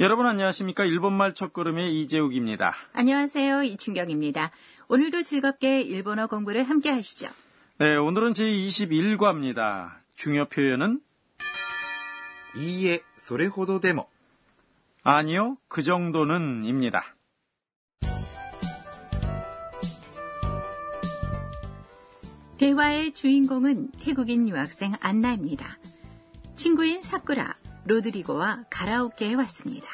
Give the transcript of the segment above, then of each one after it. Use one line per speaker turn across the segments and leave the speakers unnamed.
여러분 안녕하십니까? 일본말 첫걸음의 이재욱입니다.
안녕하세요. 이춘경입니다. 오늘도 즐겁게 일본어 공부를 함께 하시죠.
네, 오늘은 제21과입니다. 중요 표현은
いいえ、それほどでも。
아니요, 그 정도는 입니다.
대화의 주인공은 태국인 유학생 안나입니다. 친구인 사쿠라, 로드리고와 가라오케에 왔습니다.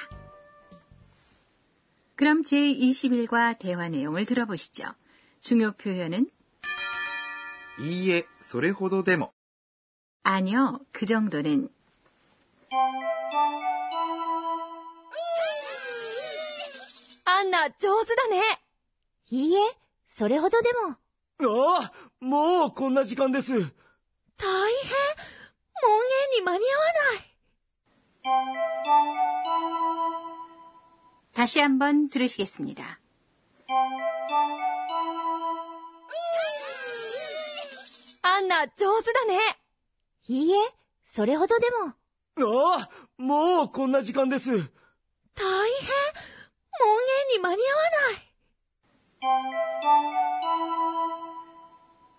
그럼 제21과 대화 내용을 들어보시죠. 중요 표현은
いいえ、それほどでも。
아니요, 그 정도는.
안나, 上手だね。いいえ、それほどでも。
ああもうこんな時間です。
大変。門限に間に合わない。
다시 한번 들으시겠습니다.
アンナ、上手だね。いいえ、それほどでも。
ああもうこんな時間です。
大変。門限に間に合わない。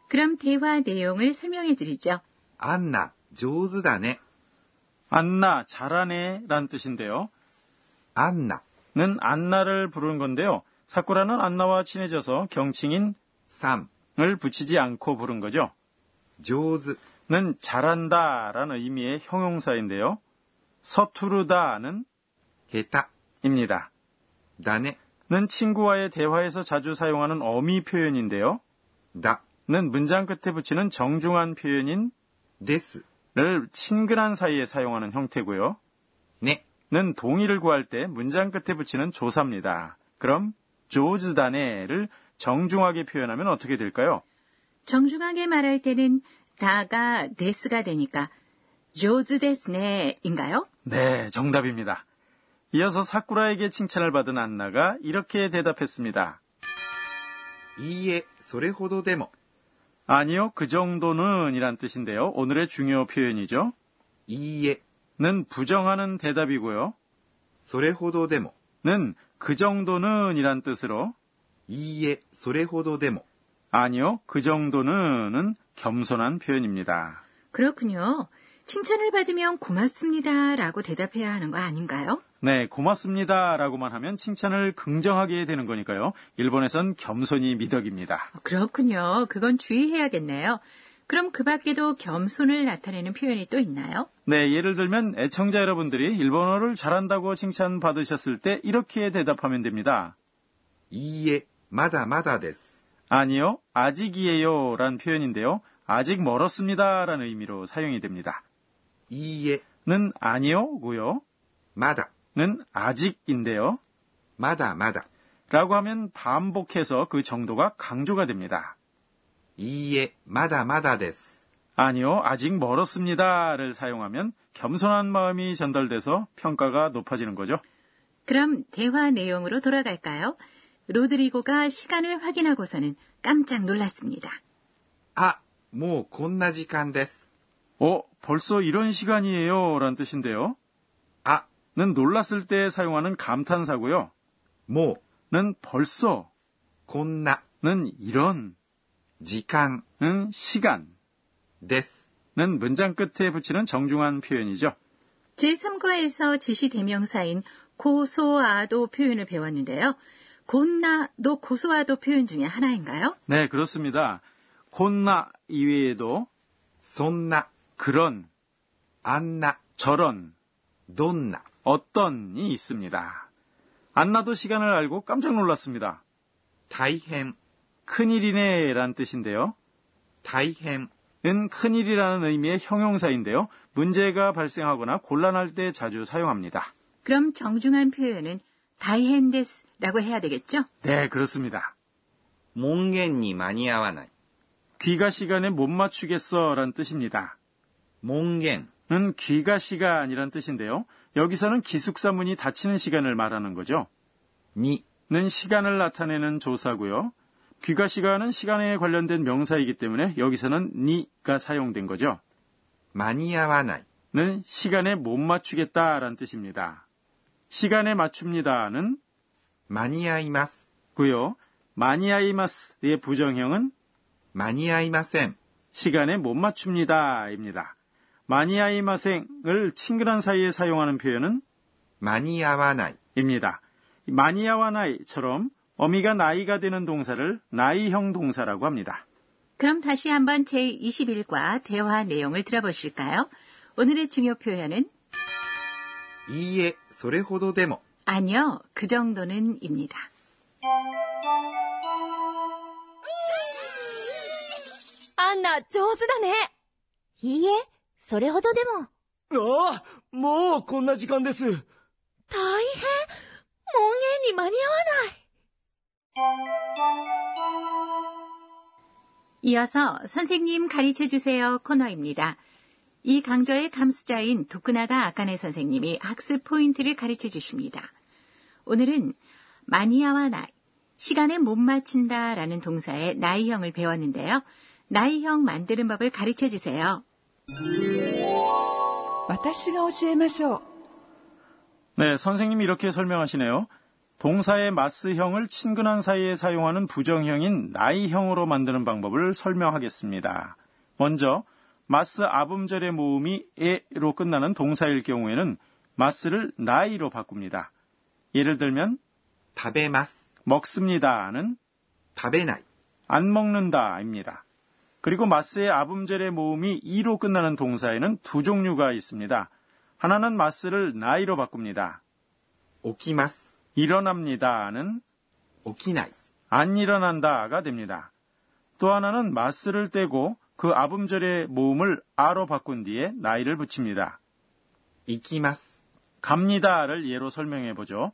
그럼 대화 내용을 설명해 드리죠.
アンナ、上手だね。
안나, 잘하네 란 뜻인데요.
アンナ、
는 안나를 부르는 건데요. 사쿠라는 안나와 친해져서 경칭인을
さん、
붙이지 않고 부른 거죠.
上手、
는 잘한다 라는 의미의 형용사인데요. 서투르다는
下
입니다
手、だね、
는 친구와의 대화에서 자주 사용하는 어미 표현인데요.
だ、
는 문장 끝에 붙이는 정중한 표현인
です、
를 친근한 사이에 사용하는 형태고요.
ね、
는 동의를 구할 때 문장 끝에 붙이는 조사입니다. 그럼 조즈다네를 정중하게 표현하면 어떻게 될까요?
정중하게 말할 때는 다가 데스가 되니까 조즈 데스네인가요?
네, 정답입니다. 이어서 사쿠라에게 칭찬을 받은 안나가 이렇게 대답했습니다.
いいえ、それほどでも。
아니요, 그 정도는 이란 뜻인데요. 오늘의 중요 표현이죠.
いいえ、
는 부정하는 대답이고요.
それほどでも。
는 그 정도는 이란 뜻으로
いいえ、それほどでも。
아니요, 그 정도는은 겸손한 표현입니다.
그렇군요. 칭찬을 받으면 고맙습니다 라고 대답해야 하는 거 아닌가요?
네, 고맙습니다. 라고만 하면 칭찬을 긍정하게 되는 거니까요. 일본에선 겸손이 미덕입니다.
그렇군요. 그건 주의해야겠네요. 그럼 그 밖에도 겸손을 나타내는 표현이 또 있나요?
네, 예를 들면 애청자 여러분들이 일본어를 잘한다고 칭찬받으셨을 때 이렇게 대답하면 됩니다.
いいえ、まだまだです。
아니요, 아직이에요. 란 표현인데요. 아직 멀었습니다. 라는 의미로 사용이 됩니다.
いいえ、
는 아니요, 고요.
まだ、
는 아직인데요.
まだまだ。
라고 하면 반복해서 그 정도가 강조가 됩니다.
いいえ、まだまだです。
아니요, 아직 멀었습니다를 사용하면 겸손한 마음이 전달돼서 평가가 높아지는 거죠.
그럼 대화 내용으로 돌아갈까요? 로드리고가 시간을 확인하고서는 깜짝 놀랐습니다.
あ、もうこんな時間です。
어, 벌써 이런 시간이에요 란 뜻인데요.
あ、
는 놀랐을 때 사용하는 감탄사고요.
もう、
는 벌써,
こんな、
는 이런,
時間、
는 시간,
です。
는 문장 끝에 붙이는 정중한 표현이죠.
제3과에서 지시 대명사인 고소아도 표현을 배웠는데요. 곤나도 고소아도 표현 중에 하나인가요?
네, 그렇습니다. 곤나 이외에도
そんな、
그런,
あんな、
저런,
どんな、
어떤이 있습니다. 안나도 시간을 알고 깜짝 놀랐습니다.
大変、
큰일이네 란 뜻인데요.
大変、
은 큰일이라는 의미의 형용사인데요. 문제가 발생하거나 곤란할 때 자주 사용합니다.
그럼 정중한 표현은 다이헨데스라고 해야 되겠죠?
네, 그렇습니다.
門限に間に合わない。
귀가 시간에 못 맞추겠어 란 뜻입니다.
門限、
은 귀가 시간이란 뜻인데요. 여기서는 기숙사 문이 닫히는 시간을 말하는 거죠.
に、
는 시간을 나타내는 조사고요. 귀가 시간은 시간에 관련된 명사이기 때문에 여기서는 니가 사용된 거죠.
間に合わない。
는 시간에 못 맞추겠다 란 뜻입니다. 시간에 맞춥니다는
間に合います、
고요. 마니아이마스의 부정형은
間に合いません、
시간에 못 맞춥니다입니다. 마니아이마생을 친근한 사이에 사용하는 표현은
間に合わない、
입니다. 마니아와 나이처럼 어미가 나이가 되는 동사를 나이형 동사라고 합니다.
그럼 다시 한번 제21과 대화 내용을 들어보실까요? 오늘의 중요 표현은
いいえ、それほどでも、
아니요, 그 정도는 입니다.
아나 조즈다네. 이에, それほどでも。
ああ、もうこんな時間です。
大変。門限に間に合わない。
이어서 선생님 가르쳐 주세요 코너입니다. 이 강좌의 감수자인 도쿠나가 아까네 선생님이 학습 포인트를 가르쳐 주십니다. 오늘은 마니아와 나이, 시간에 못 맞춘다라는 동사의 나이형을 배웠는데요. 나이형 만드는 법을 가르쳐 주세요.
私が教えましょう。
네, 선생님이 이렇게 설명하시네요. 동사의 마스형을 친근한 사이에 사용하는 부정형인 나이형으로 만드는 방법을 설명하겠습니다. 먼저 마스 아범절의 모음이 에로 끝나는 동사일 경우에는 마스를 나이로 바꿉니다. 예를 들면
食べます、
먹습니다는
食べない、
안 먹는다입니다. 그리고 마스의 아붐젤의 모음이 이로 끝나는 동사에는 두 종류가 있습니다. 하나는 마스를 나이로 바꿉니다.
起きます、
일어납니다는
起きない、
안 일어난다가 됩니다. 또 하나는 마스를 떼고 그 아붐절의 모음을 아로 바꾼 뒤에 나이를 붙입니다.
行きます、
갑니다를 예로 설명해 보죠.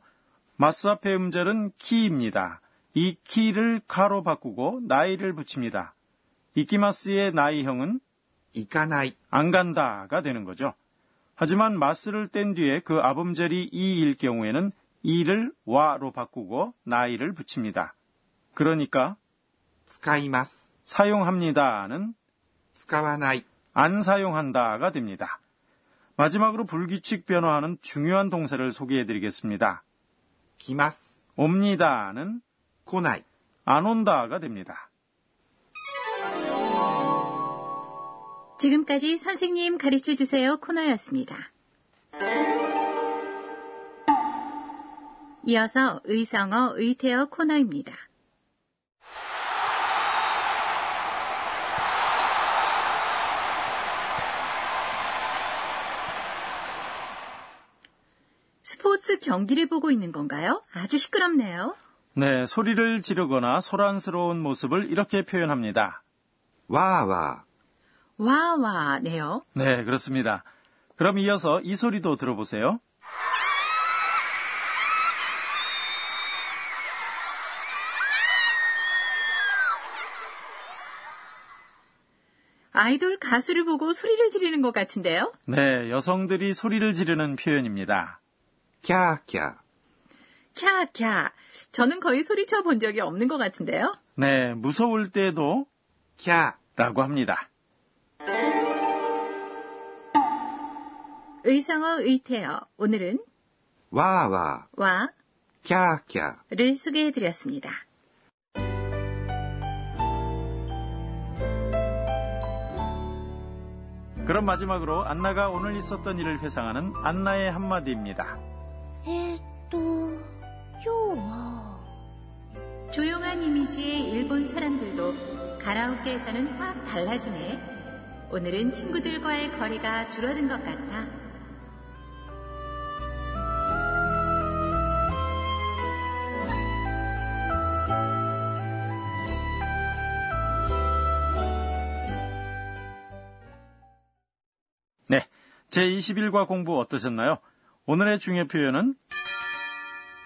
마스 앞의 음절은 키입니다. 이 키를 카로 바꾸고 나이를 붙입니다. 이키마스의 나이형은
行かない、
안 간다가 되는 거죠. 하지만 마스를 뗀 뒤에 그 아범절이 이일 경우에는 이를 와로 바꾸고 나이를 붙입니다. 그러니까
使います、
사용합니다는
使わない、
안 사용한다가 됩니다. 마지막으로 불규칙 변화하는 중요한 동사를 소개해 드리겠습니다.
来ます、
옵니다는
来ない、
안 온다가 됩니다.
지금까지 선생님 가르쳐 주세요 코너였습니다. 이어서 의성어 의태어 코너입니다. 스포츠 경기를 보고 있는 건가요? 아주 시끄럽네요.
네, 소리를 지르거나 소란스러운 모습을 이렇게 표현합니다.
わーわ
와와네요.
네, 그렇습니다. 그럼 이어서 이 소리도 들어보세요.
아이돌 가수를 보고 소리를 지르는 것 같은데요.
네, 여성들이 소리를 지르는 표현입니다.
ー、キャーキャー、
캬캬. 저는 거의 소리쳐 본 적이 없는 것 같은데요.
네, 무서울 때도
キャー、
라고 합니다.
의성어 의태어. 오늘은
わーわ
와를
ー、キャーキャー、
소개해 드렸습니다.
그럼 마지막으로 안나가 오늘 있었던 일을 회상하는 안나의 한마디입니다.
えーっと、今日は。
조용한 이미지의 일본 사람들도 가라오케에서는 확 달라지네. 오늘은 친구들과의 거리가 줄어든 것 같아.
네, 제21과 공부 어떠셨나요? 오늘의 중요 표현은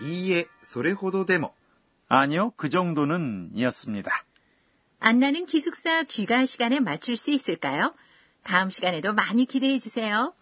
いいえ、それほどでも、
아니요, 그 정도는 이었습니다.
안나는 기숙사 귀가 시간에 맞출 수 있을까요? 다음 시간에도 많이 기대해 주세요.